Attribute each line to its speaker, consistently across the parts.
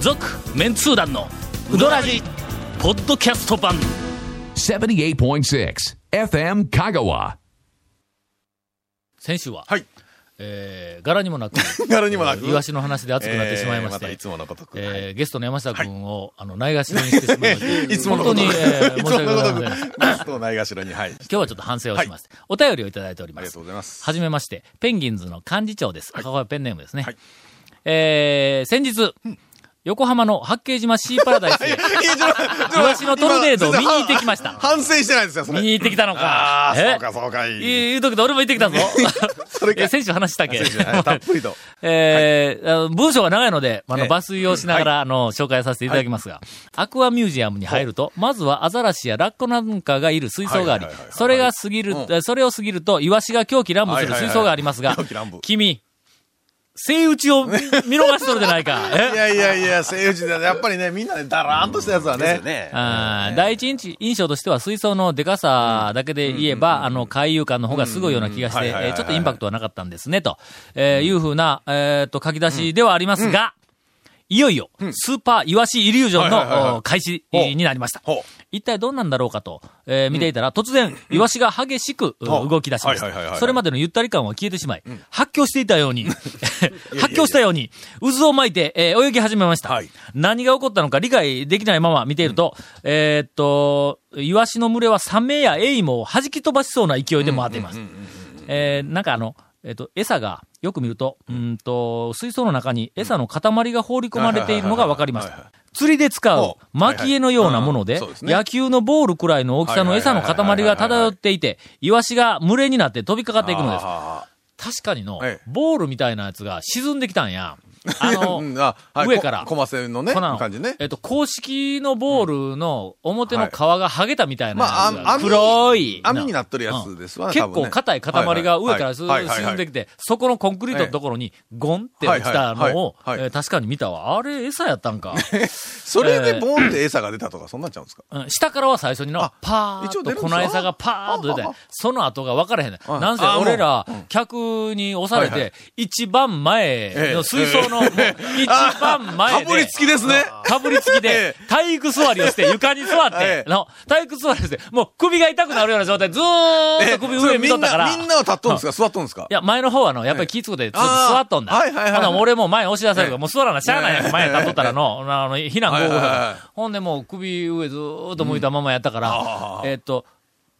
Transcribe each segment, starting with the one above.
Speaker 1: 続メンツー団のウドラジポッドキャスト版
Speaker 2: 78.6 FM Kagawa.
Speaker 1: 先週は、
Speaker 3: はい。
Speaker 1: えー、柄にもなく
Speaker 3: 柄にもなく
Speaker 1: えーイワシの話で熱くなってしまいまして、
Speaker 3: えーまたいつものごとく
Speaker 1: えー
Speaker 3: は
Speaker 1: ゲストの山下君を、あのないがしろにしてしまいまして
Speaker 3: いつものこ
Speaker 1: 本
Speaker 3: と
Speaker 1: 当に、えー申
Speaker 3: い
Speaker 1: し
Speaker 3: つも
Speaker 1: 訳
Speaker 3: の
Speaker 1: ご
Speaker 3: ご
Speaker 1: ざい
Speaker 3: と
Speaker 1: ません
Speaker 3: く。ゲストをないがしろに。はい。
Speaker 1: 今日はちょっと反省をしまして、お便りをいただいております。
Speaker 3: ありがとうございます
Speaker 1: はじめまして、ペンギンズの幹事長です。ここはペンネームですね。
Speaker 3: はい
Speaker 1: えー、先日、横浜の八景島シーパラダイスへ、
Speaker 3: いやちょっと待って
Speaker 1: イワシのトルネードを見に行ってきまし
Speaker 3: 今
Speaker 1: た。
Speaker 3: 反省してないですよ、そ
Speaker 1: 見
Speaker 3: れ。
Speaker 1: に行ってきたのか。
Speaker 3: ああ、
Speaker 1: え
Speaker 3: そうか、そうかい。い。
Speaker 1: 言うとけど、俺も行ってきたぞ。
Speaker 3: それ
Speaker 1: い
Speaker 3: か
Speaker 1: や選手話したっけ
Speaker 3: はいたっぷりと。
Speaker 1: えーあの文章が長いので、あの、
Speaker 3: ええ
Speaker 1: 抜粋をしながら、あの、紹介させていただきますが、アクアミュージアムに入ると、まずはアザラシやラッコなんかがいる水槽があり
Speaker 3: はいはいはいは、い
Speaker 1: それが過ぎる、
Speaker 3: うん
Speaker 1: えそれを過ぎると、イワシが狂気乱舞する
Speaker 3: はいはいは
Speaker 1: 水
Speaker 3: い
Speaker 1: 槽がありますが
Speaker 3: 狂気乱舞、
Speaker 1: 君、生打ちを見見逃しとるじゃないか。え
Speaker 3: いやいやいや、政治だね。やっぱりね、みんなね、だらーんとしたやつはね。
Speaker 1: あー第一印印象としては水槽のでかさだけで言えば、あの、海遊感の方がすごいような気がし
Speaker 3: うん
Speaker 1: て、
Speaker 3: う
Speaker 1: え
Speaker 3: んはいはいはい
Speaker 1: ーちょっとインパクトはなかったんですね、と、えーいうふうな、えーっと、書き出しではありますが、いよいよ、スーパーイワシイリュージョン
Speaker 3: はいはいはい
Speaker 1: の
Speaker 3: はい
Speaker 1: お開始
Speaker 3: ほう
Speaker 1: になりました。
Speaker 3: ほ
Speaker 1: 一体どんなんだろうかと、えー見ていたら、突然、イワシが激しく
Speaker 3: ほう
Speaker 1: 動き出しまし
Speaker 3: はいはいはい
Speaker 1: た。
Speaker 3: はい
Speaker 1: それまでのゆったり感は消えてしまい、発狂していたよう に、発狂したように、渦を巻いて、えー泳ぎ始めました、
Speaker 3: はい
Speaker 1: 何が起こったのか理解できないまま見ていると、えーっと、イワシの群れはサメやエイも弾き飛ばしそうな勢いで回っています。えーなんかあの、えーっと、餌が、よく見ると、うーんと、水槽の中に餌の塊が放り込まれているのが分かりまし
Speaker 3: はいはい
Speaker 1: た。釣りで使う
Speaker 3: ほう
Speaker 1: 巻き絵のようなもの
Speaker 3: は
Speaker 1: で
Speaker 3: いはいうんそうで、すね
Speaker 1: 野球のボールくらいの大きさの餌の塊が漂っていて、イワシが群れになって飛びかかっていくのです。
Speaker 3: あ
Speaker 1: 確かにの
Speaker 3: ええ、
Speaker 1: ボールみたいなやつが沈んできたんや。あ
Speaker 3: ー
Speaker 1: の、
Speaker 3: うんあはい
Speaker 1: 上から
Speaker 3: こコマセのね、
Speaker 1: こんなの
Speaker 3: 感じね。
Speaker 1: えっと、公式のボールの表の皮が剥げたみたいな
Speaker 3: まあ
Speaker 1: やつ
Speaker 3: あ
Speaker 1: が、
Speaker 3: 網
Speaker 1: 黒い。
Speaker 3: 網になっとるやつですわ
Speaker 1: うん
Speaker 3: ね
Speaker 1: 結
Speaker 3: 多分
Speaker 1: 構
Speaker 3: ね
Speaker 1: 硬い塊が上からす
Speaker 3: はいはいはい
Speaker 1: 沈んできて、そこのコンクリートのところにゴンって落ちたのを、え
Speaker 3: はいはいはいはい
Speaker 1: ー確かに見たわ。あれ、餌やったんか。
Speaker 3: それでボンって餌が出たとか、そんなんちゃうんですか
Speaker 1: うん下からは最初にの
Speaker 3: あ、
Speaker 1: パー
Speaker 3: 一
Speaker 1: ッ
Speaker 3: 応出
Speaker 1: と
Speaker 3: る
Speaker 1: 粉
Speaker 3: んですか
Speaker 1: 餌がパーッと出
Speaker 3: ああ
Speaker 1: て
Speaker 3: あ、
Speaker 1: その後が分からへんねん。
Speaker 3: あ
Speaker 1: なんせ
Speaker 3: あ
Speaker 1: 俺ら
Speaker 3: もうう、
Speaker 1: 客に押され
Speaker 3: はいは
Speaker 1: て、一番前の水槽の、もう一番前で。
Speaker 3: かぶりつきですね。
Speaker 1: かぶりつきで
Speaker 3: え、
Speaker 1: 体育座りをして、床に座っ
Speaker 3: え
Speaker 1: て、
Speaker 3: え
Speaker 1: の、体育座りをして、もう首が痛くなるような状態、ずーっと首
Speaker 3: えそ
Speaker 1: 上
Speaker 3: れ
Speaker 1: 見とったから。
Speaker 3: みんなみんなは立っとんですか座っとんですか
Speaker 1: いや、前の方はの、やっぱり気ぃつくで、ずっと
Speaker 3: あー
Speaker 1: 座っとんだ。
Speaker 3: はいはいはいはい
Speaker 1: ほな俺もう前押し出されるか
Speaker 3: え
Speaker 1: ら、
Speaker 3: え
Speaker 1: もう座らな、しゃあないやんか
Speaker 3: ええ
Speaker 1: 前に立っとったらの、あの、避難合法だか
Speaker 3: はいはいはい
Speaker 1: ら。ほんでもう首上ずーっと向いたままやったから、えっと、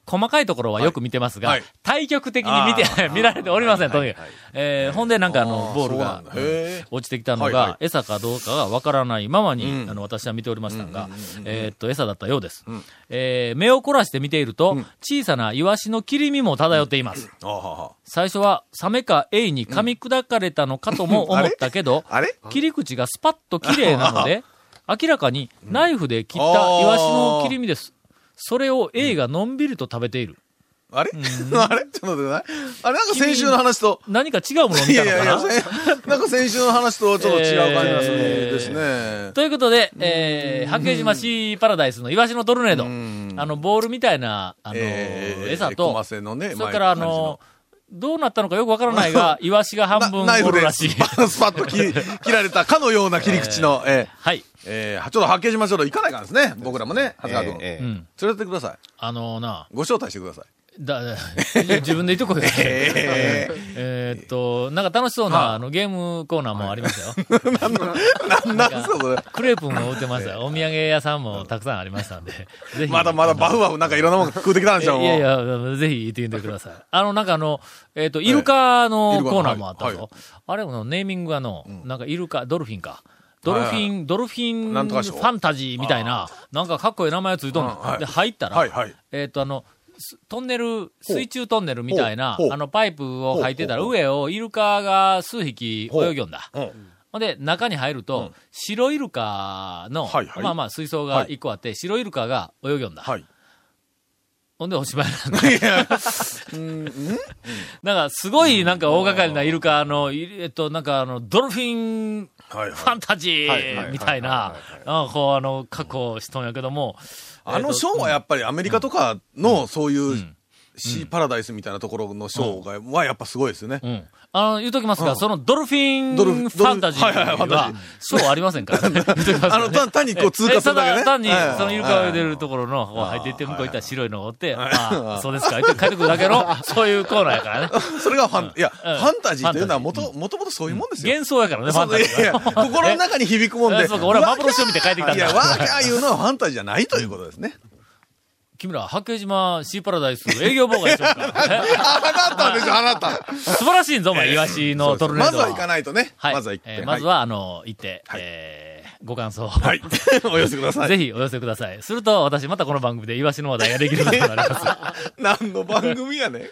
Speaker 1: 細かいところはよく見てますが、
Speaker 3: はいはい
Speaker 1: 対局的に見て
Speaker 3: あ、
Speaker 1: 見られておりません、とにかく
Speaker 3: はいはい。
Speaker 1: えーほんでなんかあ
Speaker 3: あ
Speaker 1: の、
Speaker 3: ー
Speaker 1: ボール
Speaker 3: そうな
Speaker 1: が
Speaker 3: んだへー
Speaker 1: 落ちてきたの
Speaker 3: はいはい
Speaker 1: が、餌かどうかがわからないままに、
Speaker 3: うん
Speaker 1: あの、私は見ておりましたが、えっと、餌だったようです。えー目を凝らして見ていると、小さなイワシの切り身も漂っています。
Speaker 3: あーはーは、
Speaker 1: 最初はサメかエイに噛み砕かれたのかとも思ったけど
Speaker 3: あれ
Speaker 1: 切り口がスパッと綺麗なので、明らかにナイフで切ったイワシの切り身です。それをエイがのんびりと食べている。
Speaker 3: ーあれ あれちょっと待ってください。あれなんか先週の話と。
Speaker 1: 何か違うものを
Speaker 3: い
Speaker 1: 見たの
Speaker 3: やいや
Speaker 1: か
Speaker 3: いや
Speaker 1: な、
Speaker 3: せんなんか先週の 話とちょっと違う感じがするね
Speaker 1: えー
Speaker 3: ですね。
Speaker 1: ということで、えー、八景島シーパラダイスのイワシのトルネード。あの、ボールみたいな、あの、
Speaker 3: えー
Speaker 1: 餌
Speaker 3: コ
Speaker 1: と
Speaker 3: マ、セのね、
Speaker 1: それからあ
Speaker 3: 前
Speaker 1: の、どうなったのかよくわからない が、イワシが半
Speaker 3: 感じの
Speaker 1: 分
Speaker 3: なナイ
Speaker 1: お
Speaker 3: フ
Speaker 1: る
Speaker 3: で
Speaker 1: らしい
Speaker 3: ス。パ スパッと切り切られたかのような切り口の、えー
Speaker 1: はい。
Speaker 3: えーちょっと八景島ちょっと行かないかんですね。僕らもね、長谷川君。
Speaker 1: う
Speaker 4: ええ
Speaker 1: ん。
Speaker 3: 連れてってください。
Speaker 1: あのな、
Speaker 3: ご招待してください。
Speaker 1: だ、だ自分で言ってこいよ。え
Speaker 3: え
Speaker 1: ーっと、なんか楽しそうな、あの、ゲームコーナーもありましたよ。
Speaker 3: なんなんすか、それ。
Speaker 1: クレープも売ってました。お土産屋さんもたくさんありましたんで。ぜひ。
Speaker 3: まだまだバフバフなんかいろんなもん食うてきたんで
Speaker 1: え
Speaker 3: しょ、もう。
Speaker 1: いやいや、ぜひ行ってみてくだ さい。あの、なんかあの、えーっと、イルカの
Speaker 3: イルカ
Speaker 1: コーナーもあった
Speaker 3: はいは
Speaker 1: ぞ。あれもネーミングがの、なんかイルカ、ドルフィンか。ドルフ
Speaker 3: はい
Speaker 1: ィン、ドルフィン
Speaker 3: なん
Speaker 1: フ
Speaker 3: とか賞
Speaker 1: ァンタジーみたいな、なんかかっこいい名前ついとんの
Speaker 3: うんはい
Speaker 1: で、入ったら、
Speaker 3: はいはい。
Speaker 1: えっ、と、あの、すトンネル、水中トンネルみたいな
Speaker 3: ほう、ほう
Speaker 1: あの、パイプを入ってたら、
Speaker 3: ほう
Speaker 1: 上をイルカが数匹泳ぎょんだ。
Speaker 3: うん
Speaker 1: ほんで、中に入ると、白イルカの、
Speaker 3: はいはい
Speaker 1: まあまあ、水槽が一個あって、白イルカが泳ぎょんだ。
Speaker 3: はい。
Speaker 1: ほんで、おしまいなんだ。なんか、すごい、なんか、大掛かりなイルカの、いえっと、なんか、あの、ドルフィン、
Speaker 3: はいはい
Speaker 1: ファンタジ
Speaker 3: はいはいは
Speaker 1: ー
Speaker 3: い
Speaker 1: みたいな、なんかこう、あの、確保しとんやけども、
Speaker 3: あのショーはやっぱりアメリカとかのそういう、シーパラダイスみたいなところのショーが、はやっぱすごいですよね。
Speaker 1: うん。あの、言うときますが、そのドルフィン
Speaker 3: ド
Speaker 1: フ
Speaker 3: ルフィン
Speaker 1: ァンタジー
Speaker 3: はいはいはいファンタ
Speaker 1: は、ショーありませんからね。言うときますがね
Speaker 3: あの単単にこう通過するだけね
Speaker 1: えただ単に
Speaker 3: は、い
Speaker 1: そのイルカを入れるところの、こう入っていって向こう行ったら白いのがおって、ああ、そうですか、言って帰ってくるだけ の、そういうコーナーやからね。
Speaker 3: それがファン、いや、フ
Speaker 1: うん
Speaker 3: ァンタジーというのはもと、もともとそういうもんですよ。
Speaker 1: 幻想やからね、フ
Speaker 3: そ
Speaker 1: ァン
Speaker 3: う
Speaker 1: タジ
Speaker 3: いや
Speaker 1: ー
Speaker 3: いや
Speaker 1: は。
Speaker 3: 心の中に響くもん
Speaker 1: え
Speaker 3: で。
Speaker 1: そうか、俺は幻を見て帰ってきたん
Speaker 3: いや、
Speaker 1: だ。
Speaker 3: わーキャーいうのはファンタジーじゃないということですね。
Speaker 1: 君ら、八景島シーパラダイス営業妨害しようか。
Speaker 3: あなたでしょ、あなた。
Speaker 1: 素晴らしいぞ、お前、イワシのトルネー
Speaker 3: ま
Speaker 1: ド
Speaker 3: ずは行かないとね。
Speaker 1: はい。
Speaker 3: まずは行って。
Speaker 1: えーまずは、あの、行って、
Speaker 3: はい
Speaker 1: えーご感想を。
Speaker 3: はい。はい。 お寄せください。
Speaker 1: ぜひお寄せください。すると、私またこの番組でイワシの話題ができるようになり ます。
Speaker 3: 何の番組やねん。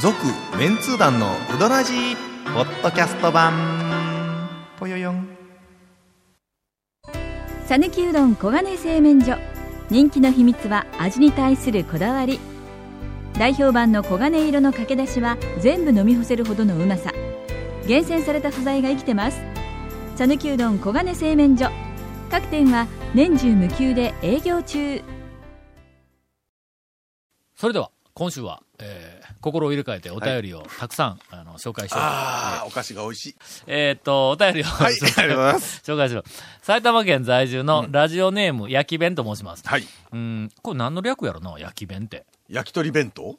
Speaker 4: 続メンツー団のウドラジーポッドキャスト版ぽよよん
Speaker 5: さぬきうどん黄金製麺所人気の秘密は味に対するこだわり代表版の黄金色のかけだしは全部飲み干せるほどのうまさ厳選された素材が生きてます「さぬきうどん黄金製麺所」各店は年中無休で営業中
Speaker 1: それでは、今週は、えー心を入れ替えてお便りをたくさん、あの紹介しようと
Speaker 3: ああ、お菓子が美味しい。
Speaker 1: えーっと、お便りを、
Speaker 3: はい、ありがとうございます。
Speaker 1: 紹介しろ。埼玉県在住のラジオネーム、焼き弁と申します。
Speaker 3: はい。
Speaker 1: うん、これ何の略やろな、焼き弁って。
Speaker 3: 焼き鳥弁当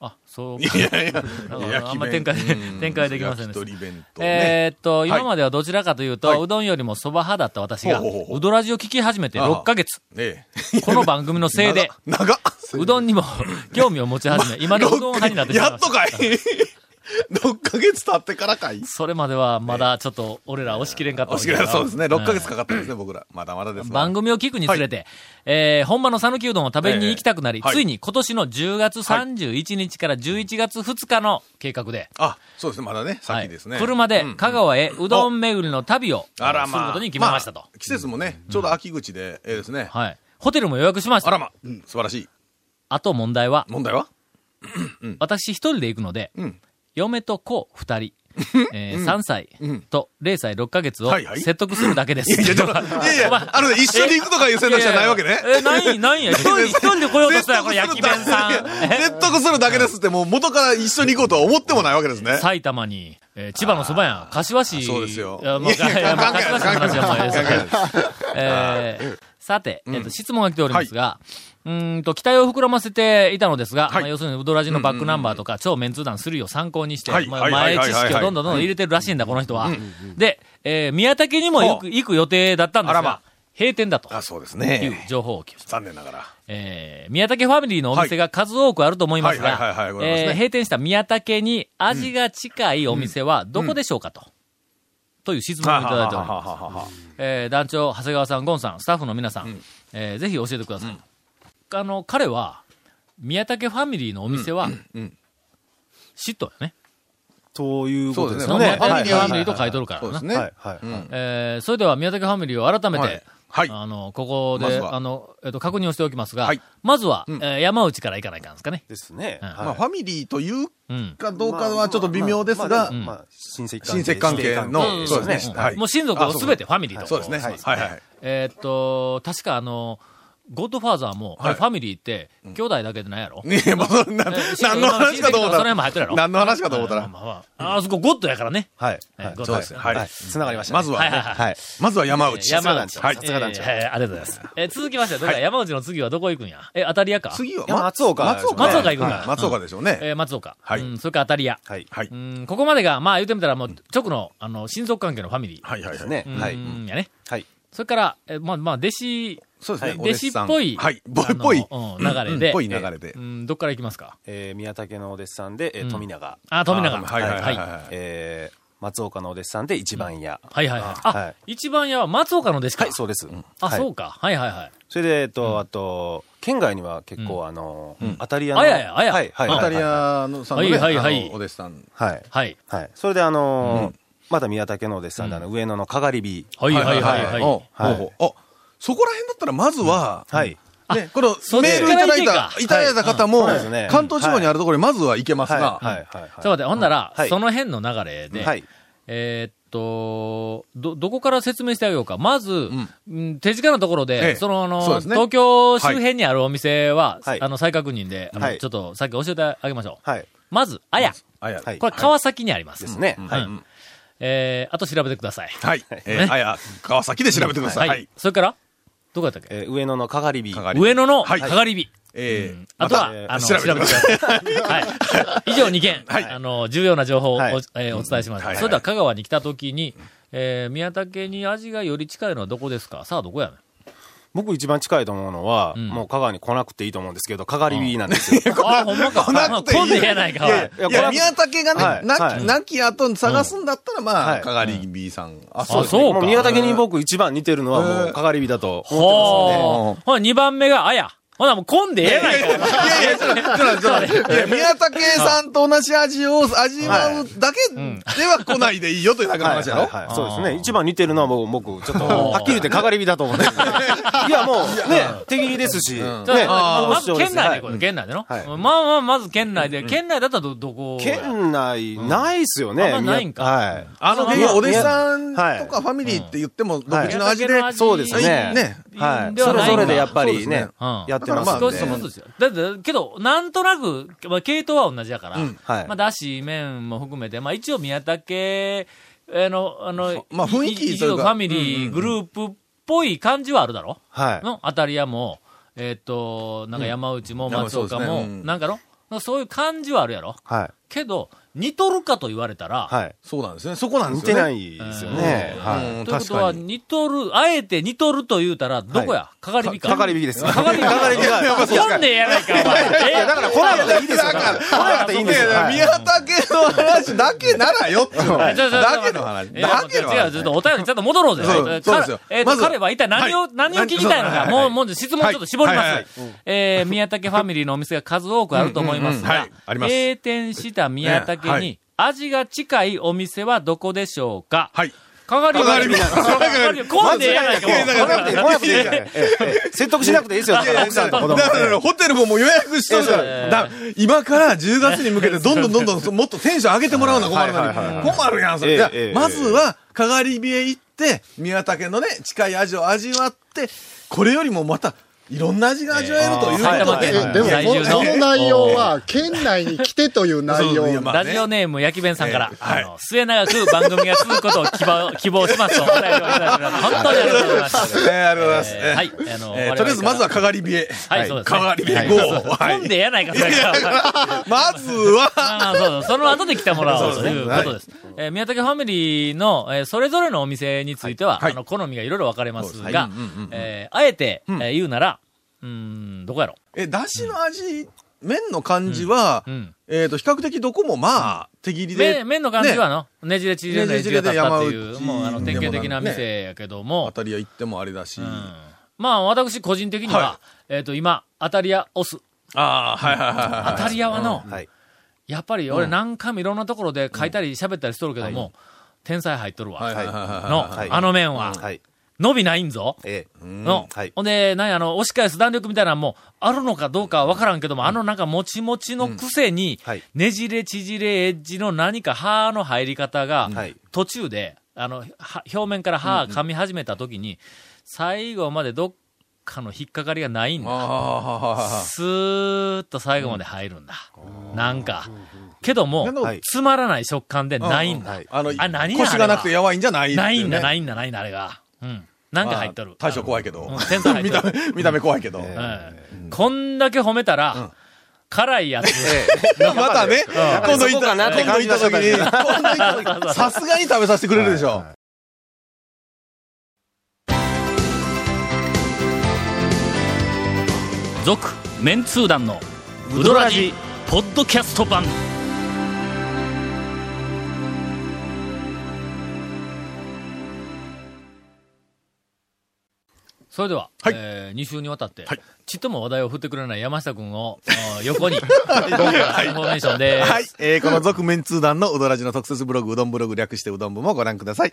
Speaker 1: あ、そう
Speaker 3: い。やいや
Speaker 1: なんかあんま展開
Speaker 3: う ん
Speaker 1: 展開できませんでした
Speaker 3: 焼き鳥弁当ね。
Speaker 1: えーっと、
Speaker 3: い
Speaker 1: 今まではどちらかというと、
Speaker 3: はいう
Speaker 1: どんよりもそば派だった私が、
Speaker 3: ほうほうほう
Speaker 1: うどラジを聞き始めて6ヶ月、
Speaker 3: ね
Speaker 1: この番組のせいで、
Speaker 3: 長っ。
Speaker 1: うどんにも 興味を持ち始め、 今でうどん派になってしまい
Speaker 3: や
Speaker 1: ま
Speaker 3: っ
Speaker 1: し
Speaker 3: と
Speaker 1: た。
Speaker 3: かい。6ヶ月経ってからかい。
Speaker 1: それまではまだちょっと俺ら押し切れんかった
Speaker 3: お
Speaker 1: わ
Speaker 3: し
Speaker 1: け
Speaker 3: く
Speaker 1: だ
Speaker 3: ら
Speaker 1: か
Speaker 3: い
Speaker 1: ら
Speaker 3: そうですね。6ヶ月かかったんですね、僕ら。まだまだですわ
Speaker 1: 番組を聞くにつれて、えー、本場の讃岐うどんを食べに行きたくなり、
Speaker 3: ええはい
Speaker 1: ついに今年の10月31日から11月2日の計画で、
Speaker 3: あ、そうですね。まだね、先です
Speaker 1: は
Speaker 3: ね。
Speaker 1: い車で
Speaker 3: うん
Speaker 1: 香川へうどん巡りの旅を、
Speaker 3: あら
Speaker 1: する
Speaker 3: まあ。
Speaker 1: ことに決めましたと。
Speaker 3: あ季節もね、ちょうど秋口で、ええですね。
Speaker 1: はい。ホテルも予約しまし
Speaker 3: あ
Speaker 1: た。
Speaker 3: らま。素晴らしい。
Speaker 1: あと問題は、
Speaker 3: 問題は
Speaker 1: 私一人で行くので、
Speaker 3: うん。
Speaker 1: 嫁と子二 人、えー、3歳と0歳6ヶ月を
Speaker 3: はいはい
Speaker 1: 説得するだけです。
Speaker 3: いや、ちょっと、いやい
Speaker 1: お前
Speaker 3: や、あのね、一緒に行くとかいう選択肢はないわけね。
Speaker 1: いやいやえ、ない、ないや。 一人、一人で来ようとしたら、これ焼き弁さん。え
Speaker 3: 説得するだけですって、もう元から一緒に行こうとは思ってもないわけですね。
Speaker 1: 埼玉に、えー千葉のそばやん、柏市。
Speaker 3: そうですよ
Speaker 1: いやまあ
Speaker 3: いやいや
Speaker 1: いやまあ
Speaker 3: 関係ない
Speaker 1: 柏市の話はもうええです
Speaker 3: 関係ない
Speaker 1: えーさて、えっと、質問が来ておりますが、うーんと、期待を膨らませていたのですが、
Speaker 3: はい
Speaker 1: まあ要するに、ウドラジのバックナンバーとか、超メンツー団するよ参考にして、
Speaker 3: はい
Speaker 1: まあ
Speaker 3: はいは
Speaker 1: 前
Speaker 3: いはい
Speaker 1: 知識をどんどんどんどん入れてるらしいんだ、この人は。で、えー宮崎にも行く
Speaker 3: ほう
Speaker 1: 行く予定だったんです
Speaker 3: あら
Speaker 1: が
Speaker 3: ま、
Speaker 1: 閉店だと
Speaker 3: あ、そうです
Speaker 1: いう
Speaker 3: ね。
Speaker 1: 情報を聞きました。
Speaker 3: 残念ながら。
Speaker 1: えー宮武ファミリーのお店が数多くあると思います
Speaker 3: はいはい
Speaker 1: が
Speaker 3: はいはい、ございます
Speaker 1: え
Speaker 3: ね
Speaker 1: ー閉店した宮武に味が近いお店はどこでしょうかと、という質問をいただいております。えー団長、長谷川さん、ゴンさん、スタッフの皆さん、えーぜひ教えてください。あの、彼は、宮武ファミリーのお店は、嫉妬よね。
Speaker 6: ということです
Speaker 3: そ
Speaker 1: その
Speaker 3: うで
Speaker 1: 宮
Speaker 6: ね。
Speaker 1: 武フ
Speaker 3: すね
Speaker 6: はい
Speaker 1: ァミリーと書いとるから
Speaker 3: そうで
Speaker 1: な
Speaker 3: す。
Speaker 6: はいは
Speaker 3: ね
Speaker 6: い。。はい
Speaker 1: えーそれでは宮武ファミリーを改めて、
Speaker 3: はいはい
Speaker 1: あの、ここ
Speaker 3: ま
Speaker 1: で、
Speaker 3: ずは
Speaker 1: あの、えっ、と、確認をしておきますが、
Speaker 3: はい
Speaker 1: まずは、えー山内から行かないかんですかね。
Speaker 6: ですね。
Speaker 1: うん
Speaker 3: まあ、ファミリーという
Speaker 1: うん。
Speaker 3: かどうかはちょっと微妙ですが、
Speaker 6: まあまあまあまあ親戚
Speaker 3: 親戚関係の、そうですね。はい
Speaker 1: もう親族をすべてファミリーと。
Speaker 3: そうですね。はいはい。
Speaker 1: えーっと、確かあの、ゴッドファーザーも、あれファミリーって、兄弟だけでないやろ、
Speaker 3: ねえ、もう、な
Speaker 1: えー
Speaker 3: 何の話かと思っ
Speaker 1: その辺
Speaker 3: たら。
Speaker 1: も入ってるやろ
Speaker 3: 何の話かと思った
Speaker 1: まあ
Speaker 3: ら。
Speaker 1: まあまあ、あそこゴッドやからね。
Speaker 6: はい。
Speaker 1: え
Speaker 6: はい
Speaker 1: ゴッド
Speaker 3: そうです。は
Speaker 6: はいい。。つながりましたね。
Speaker 3: まずは
Speaker 1: はいはいはい。
Speaker 6: はい。
Speaker 3: まずは山
Speaker 1: えー
Speaker 3: 内。
Speaker 1: 山内。
Speaker 3: はい
Speaker 6: さ。すが団長
Speaker 1: えーはいありがとうございます。えー続きまして、どうか山内の次はどこ行くんやえ、アタリアか。
Speaker 3: 次は、
Speaker 6: いや松岡
Speaker 3: 松岡。
Speaker 1: 松岡行くんだ
Speaker 3: はい松岡でしょうね。
Speaker 1: えー松岡。
Speaker 3: はい
Speaker 1: うん、それからアタリア。
Speaker 6: はい。
Speaker 3: はい。
Speaker 1: うん、ここまでが、まあ言ってみたらもう、直の、あの、親族関係のファミリー。。
Speaker 3: はいはいはい。
Speaker 6: ね。はいう
Speaker 1: んやね。
Speaker 6: はい。
Speaker 1: それから、えーまあまあ、弟子、
Speaker 3: そうですね。
Speaker 1: 弟子っぽい、
Speaker 3: はい。
Speaker 1: あの
Speaker 3: っぽい。
Speaker 1: うん流れで。
Speaker 3: ぽい流れで
Speaker 1: う。ん、どっから行きますか
Speaker 6: えー宮武のお弟子さんで、えー
Speaker 1: うん
Speaker 6: 富永。
Speaker 1: あ、富永。
Speaker 3: あはいはいはい
Speaker 1: はい
Speaker 3: はい。
Speaker 6: えー松岡のお弟子さんで一番屋。
Speaker 1: はいはいはい。
Speaker 6: は
Speaker 1: あ
Speaker 6: い、
Speaker 1: 一番屋は松岡の弟子か
Speaker 6: はい、。そうです。
Speaker 1: あ、
Speaker 6: はい
Speaker 1: そうか。はいはいはい。
Speaker 6: それで、えっと、あと、県外には結構、あのー、アタリアの。
Speaker 1: あややあや
Speaker 6: はい、はい。
Speaker 3: イタリ
Speaker 6: はい。
Speaker 3: アのさんのね、
Speaker 1: はいはいはい
Speaker 3: あのお弟子さん。
Speaker 6: はい。
Speaker 1: はい。
Speaker 6: はい。それで、あのー、また宮武のお弟子さんで、あの、上野のかがり火。
Speaker 1: はいはいはいはい。
Speaker 6: はい
Speaker 3: おうおうあ、そこら辺だったらまずは、
Speaker 6: はい。
Speaker 3: ね、この
Speaker 1: それ
Speaker 3: メールいただい
Speaker 1: から
Speaker 3: た
Speaker 1: 行、け
Speaker 3: いただいた方も
Speaker 6: はいうんそうですね、
Speaker 3: 関東地方にあるところにまずは行けます
Speaker 6: はい。
Speaker 3: が、
Speaker 6: はい。はい。
Speaker 1: そうだほんなら
Speaker 6: は、い
Speaker 1: その辺の流れで
Speaker 6: はい、
Speaker 1: えーっと、ど、どこから説明してあげようか。まず、
Speaker 3: ん
Speaker 1: うん手近なところで、
Speaker 3: ええ
Speaker 1: その、あの
Speaker 3: そうですね
Speaker 1: 東京周辺にあるお店は、
Speaker 6: はい
Speaker 1: あの、再確認で、あの、
Speaker 6: はい
Speaker 1: ちょっと、さっき教えてあげましょう。
Speaker 6: はい。
Speaker 1: まず、あや。
Speaker 3: あや。
Speaker 6: はい
Speaker 1: これ、川崎にあります。
Speaker 6: ですね。
Speaker 1: はい。えー、あと調べてください。
Speaker 3: はい。えーあや、川崎で調べてください。はい。
Speaker 1: それから、どこやったっけ
Speaker 6: えー上野のかがり火。
Speaker 3: かがり
Speaker 1: 上野の、
Speaker 3: は
Speaker 1: か
Speaker 3: い
Speaker 1: がり火。
Speaker 3: えー
Speaker 1: あとは、
Speaker 6: ま
Speaker 1: あの、
Speaker 3: 調
Speaker 1: 調
Speaker 3: べ
Speaker 1: べ
Speaker 3: て
Speaker 1: て
Speaker 3: く
Speaker 1: く
Speaker 3: だ
Speaker 1: だ
Speaker 3: さ
Speaker 1: さい。はい。以上2件、
Speaker 3: はい
Speaker 1: あの、重要な情報をお,、
Speaker 6: はい
Speaker 1: えーお伝えしました。
Speaker 3: はい
Speaker 1: それでは、香川に来た時に、えー、宮武に味がより近いのはどこですかさあ、どこやねん。
Speaker 6: 僕一番近いと思うのは、
Speaker 1: ん
Speaker 6: もう香川に来なくていいと思うんですけど、かがり火なんですよ。
Speaker 1: あ、ほんまか。
Speaker 3: 来な くていい
Speaker 1: あ来んでええやないか。おい
Speaker 3: いやいや、
Speaker 6: い
Speaker 3: 宮武が
Speaker 6: は
Speaker 3: ね、
Speaker 6: い
Speaker 3: な
Speaker 6: は
Speaker 3: き、
Speaker 6: い
Speaker 3: なき後に探すんだったら、ま
Speaker 6: は
Speaker 3: あ、
Speaker 6: い
Speaker 3: かがり B さん。あ、
Speaker 1: あ、
Speaker 3: ですね
Speaker 1: そう
Speaker 6: も
Speaker 1: か。
Speaker 6: う宮武に僕一番似てるのはもうかがり火だと思
Speaker 1: ほ
Speaker 6: って
Speaker 1: ー。ほな、2番目が、あや。ほな、もう来んでええやないか。
Speaker 3: いやいや、ちょっと待ってちょっと待っていや宮武さんと同じ味を味わうだけでは来ないでいいよというだけの
Speaker 6: ます
Speaker 3: 話や
Speaker 6: ね。はい、
Speaker 3: ろ
Speaker 6: はいはいそうですね。一番似てるのは僕、僕、ちょっと、はっきり言ってかがり火だと思うんですけどいや、もう、ね、手切りですし、ね、
Speaker 1: じゃあ
Speaker 6: もう
Speaker 1: ま
Speaker 6: 主
Speaker 1: ず
Speaker 6: 張で
Speaker 1: 県
Speaker 6: す
Speaker 1: 内
Speaker 6: は
Speaker 1: で、
Speaker 6: い
Speaker 1: これ、県内での。
Speaker 6: はい
Speaker 1: まあまあ、まず県内で。県内だったらど、どこや
Speaker 6: 県内、ないっすよね。
Speaker 1: あんまないんか
Speaker 6: はい。
Speaker 3: あの辺
Speaker 1: まあ
Speaker 3: はお弟子さんと
Speaker 6: はい
Speaker 3: かファミリーって言っても、独
Speaker 6: はい
Speaker 3: 自の味で。
Speaker 1: 宮武の味
Speaker 6: そうですね。
Speaker 3: ね
Speaker 6: はいい。
Speaker 1: では
Speaker 6: そ
Speaker 1: な
Speaker 6: れ
Speaker 1: いんだ
Speaker 6: ぞれでやっぱり
Speaker 3: そう
Speaker 6: ね
Speaker 3: で、
Speaker 1: うん
Speaker 6: やってますんで。
Speaker 1: 少しずつですよ。だって、けど、なんとなく、まあ、系統は同じやから、
Speaker 6: はい
Speaker 1: まあ、だし、麺も含めて、まあ、一応宮武、あの、あの、
Speaker 3: まあ雰囲気
Speaker 1: い一
Speaker 3: という
Speaker 1: 度
Speaker 3: か
Speaker 1: ファミリー、グループっぽい感じはあるだろ、
Speaker 6: はい。
Speaker 1: の当たり屋も、えっ、と、なんか山内も
Speaker 3: ん
Speaker 1: 松岡
Speaker 3: そう
Speaker 1: も、
Speaker 3: ですねうん
Speaker 1: なんかの、なんかそういう感じはあるやろ
Speaker 6: はい。
Speaker 1: けど、似とるかと言われたら、
Speaker 6: はい。
Speaker 3: そうなんですね。そこなんで
Speaker 6: 似
Speaker 3: すよ
Speaker 6: てな
Speaker 3: ね。
Speaker 6: いですよね。はい。
Speaker 3: うん
Speaker 1: というこ
Speaker 3: 確
Speaker 1: とは、
Speaker 3: かに。
Speaker 1: 似とる、あえて似とると言うたら、どこや、かかり火か。
Speaker 6: かかり火です。
Speaker 1: かかり火
Speaker 6: かかり火が
Speaker 1: 読んでええやないか、お前。え
Speaker 6: だから来なくていいですよ。だから来なくていいんですよ。はい
Speaker 3: 宮武の話だけならよっていう
Speaker 1: あちょちょちょ
Speaker 3: だけの話。
Speaker 1: いや
Speaker 3: だけの
Speaker 1: 違う、
Speaker 3: 話。
Speaker 1: ちょっとお便りちゃんと戻ろうぜ。
Speaker 3: そう
Speaker 1: はい
Speaker 3: そうですよ
Speaker 1: 彼えっ
Speaker 3: ま
Speaker 1: と、
Speaker 3: ず
Speaker 1: 彼は一体何を、
Speaker 3: はい
Speaker 1: 何を聞きたいの
Speaker 3: はいは
Speaker 1: か。
Speaker 3: いはい
Speaker 1: もう、もう質問をちょっと絞り
Speaker 3: はいはい
Speaker 1: ま
Speaker 3: はい
Speaker 1: す。えー、宮武ファミリーのお店が数多くあると思います
Speaker 3: うんうんうん
Speaker 1: が
Speaker 3: はいあり、ます
Speaker 1: 閉店した宮
Speaker 3: ねは
Speaker 1: 武に
Speaker 3: い
Speaker 1: 味が近いお店はどこでしょうか
Speaker 3: はい。
Speaker 1: かがり火
Speaker 3: かかり火
Speaker 1: かかり火こうでええやないか、も
Speaker 3: まず
Speaker 6: 来なくていい来なくていいで すよええええ説得しなくていいですよ。だから奥さんと
Speaker 3: だ
Speaker 6: 子
Speaker 3: か
Speaker 6: 供。
Speaker 3: らホテルももう予約しとるか
Speaker 1: ええ
Speaker 3: ら、だ今から10月に向けてどんどんどんどんそもっとテンション上げてもらうの困るのに
Speaker 6: はいはいはいは。
Speaker 3: 困るやん、それ。
Speaker 6: ええ
Speaker 3: じゃあ
Speaker 6: ええ
Speaker 3: まずは、かがり火へ行って、宮武のね、近い味を味わって、これよりもまた、いろんな味が味わえるという
Speaker 1: 埼
Speaker 3: こと
Speaker 1: 玉
Speaker 3: で
Speaker 1: 県。
Speaker 7: えでも
Speaker 1: 在
Speaker 7: こ
Speaker 1: 住
Speaker 7: の、この内容は、県内に来てという内容
Speaker 3: そういや
Speaker 7: な
Speaker 3: まあね
Speaker 1: ラジオネーム、焼き弁さんから、
Speaker 3: ええはい
Speaker 1: あの、末永く番組が続くことを希望、希望しますと、お便りをいただきました本当にありがとうございました。
Speaker 3: ええありがとうございます。
Speaker 1: えーはいあの
Speaker 3: え
Speaker 1: 我
Speaker 3: え
Speaker 1: 々から
Speaker 3: とりあえずまずはかがり火へ。
Speaker 1: はいそうですね
Speaker 3: かがり火へ GO。は
Speaker 1: 混んでええやないか、それから。
Speaker 3: まずは、
Speaker 1: ああ、そうそう。その後で来てもらおうと
Speaker 3: そうです
Speaker 1: い
Speaker 3: ね
Speaker 1: うことです。 えー宮武ファミリーの、えーそれぞれのお店については、
Speaker 3: はい
Speaker 1: あの、好みがいろいろ分かれます
Speaker 3: そうですね
Speaker 1: が
Speaker 3: うんうんうんうん、
Speaker 1: えーあえて、えー言うなら、うーん、どこやろ
Speaker 3: え、だしの味、麺の感じは
Speaker 1: う、ん。
Speaker 3: えっと、比較的どこもまあ、手切りで。
Speaker 1: 麺、麺の感じはあの、ねじれ縮れない
Speaker 3: ねじ
Speaker 1: 字
Speaker 3: れ
Speaker 1: が
Speaker 3: で
Speaker 1: 立ったっていう、
Speaker 3: 山内
Speaker 1: もう、あの、典型的な店やけども
Speaker 3: 当、たり屋行ってもあれだし。
Speaker 1: うんまあ、私個人的には
Speaker 3: は、
Speaker 1: えっと、今、アタリアオス。
Speaker 3: ああ、はいはいはいはいは
Speaker 1: ア
Speaker 3: い。
Speaker 1: タリアはの、
Speaker 6: はい。
Speaker 1: やっぱり俺何回もいろんなところで書いたり喋ったりしとるけども、天才入っとるわ。
Speaker 3: はいはいはい
Speaker 1: の、
Speaker 6: はい
Speaker 1: あの面は、
Speaker 6: はい。
Speaker 1: 伸びないんぞ。
Speaker 6: ええ。
Speaker 1: の、
Speaker 6: はい
Speaker 1: ほんで、なんや、あの、押し返す弾力みたいなのも、あるのかどうかは分からんけども、あのなんか、もちもちの癖に、
Speaker 6: はい
Speaker 1: ねじれ縮れエッジの何か刃の入り方が
Speaker 6: はい、
Speaker 1: 途中で、あの、は表面から刃噛み始めた時に、最後までどっかの引っかかりがないんだ。
Speaker 3: あ
Speaker 1: スーッと最後まで入るんだ。なんか。けども、
Speaker 6: はい
Speaker 1: つまらない食感でないんだ。
Speaker 6: はい
Speaker 3: あの、
Speaker 1: あ何や
Speaker 3: 腰がなくてやばいんじゃない。
Speaker 1: ないんだ、ないいんだ、ないんだ、あれが。うん。なんか入っとる。
Speaker 3: 大将怖いけ
Speaker 1: う
Speaker 3: ど
Speaker 1: ん。天才入っ
Speaker 3: 見
Speaker 1: と
Speaker 3: た
Speaker 1: る。
Speaker 3: 目、見た目怖いけど。
Speaker 1: うんこんだけ褒めたら、辛いやつ。
Speaker 3: またね、今度行った、今度行った時に、今度行った時さすがに食べさせてくれるでしょ。
Speaker 1: 続、メンツー団の、ウドラジ、ポッドキャスト版。それでは、
Speaker 3: はい
Speaker 1: え2週にわたって、
Speaker 3: はい
Speaker 1: ちっとも話題を振ってくれない山下君を、 あー横に、今回はインフォメーションで
Speaker 3: はい。えーこの続面通談のうどらじの特設ブログ、うどんブログ略してうどん部もご覧ください。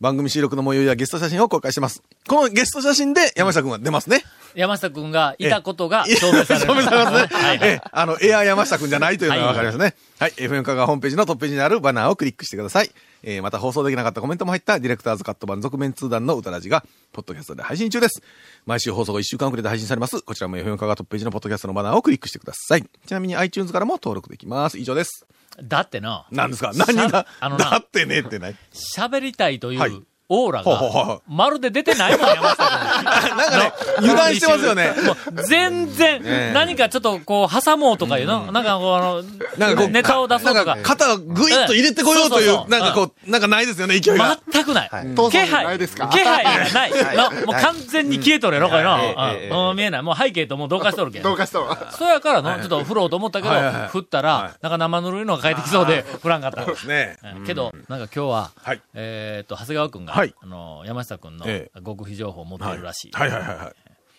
Speaker 3: 番組収録の模様やゲスト写真を公開してます。このゲスト写真で山下くんは出ますね。
Speaker 1: 山下君がいたことが証明される。
Speaker 3: 証明されますね。
Speaker 1: はいはい
Speaker 3: ええあの、エアー山下くんじゃないというのがわかりますね。はい、FM カガホームページのトップページにあるバナーをクリックしてください。えーまた放送できなかったコメントも入ったディレクターズカット版続面通談の歌ラジが、ポッドキャストで配信中です。毎週放送が1週間遅れで配信されます。こちらも FM カガトップページのポッドキャストのバナーをクリックしてください。ちなみに iTunes からも登録できます。以上です。
Speaker 1: だってな、
Speaker 3: 何ですか
Speaker 1: しゃ
Speaker 3: 何が
Speaker 1: あの
Speaker 3: だ
Speaker 1: な
Speaker 3: っ、てねってない。
Speaker 1: 喋りたいとい
Speaker 3: はいう
Speaker 1: オーラ
Speaker 3: ほうほうほう
Speaker 1: が、まるで出てないもん、山下君。
Speaker 3: なんかね、油断してますよね。
Speaker 1: もう全然、何かちょっとこう、挟もうとかいうの、なんかこう、あの、
Speaker 3: なんかこう、
Speaker 1: ネタを出そうと
Speaker 3: な
Speaker 1: か
Speaker 3: ん。肩をグイッと入れてこようとい
Speaker 1: うんそうそう
Speaker 3: う、
Speaker 1: そう
Speaker 3: なんかこう、なんかないですよね、勢いが。
Speaker 1: 全くない。
Speaker 7: 父
Speaker 1: 気
Speaker 7: さんじゃ
Speaker 1: 配。
Speaker 7: ないですか
Speaker 1: 気配がない。なもう
Speaker 4: はい
Speaker 1: 完全に消えとるやろ、これ
Speaker 4: え
Speaker 1: な。
Speaker 4: えええ
Speaker 1: うんうん見えない。もう背景ともう同化しとるけん。
Speaker 7: どうかした わ。
Speaker 1: そやからの、ちょっと振ろうと思ったけど
Speaker 3: はいはいはい、
Speaker 1: 振ったら、なんか生ぬるいのが返ってきそうで、振らんかった。
Speaker 3: ね
Speaker 1: うんけど、なんか今日は
Speaker 3: はい、
Speaker 1: えーっと、長谷川くんが
Speaker 3: はい、
Speaker 1: あの、山下くんの
Speaker 3: え
Speaker 1: 極秘情報を持ってるらしい。
Speaker 3: はいはいはいはい。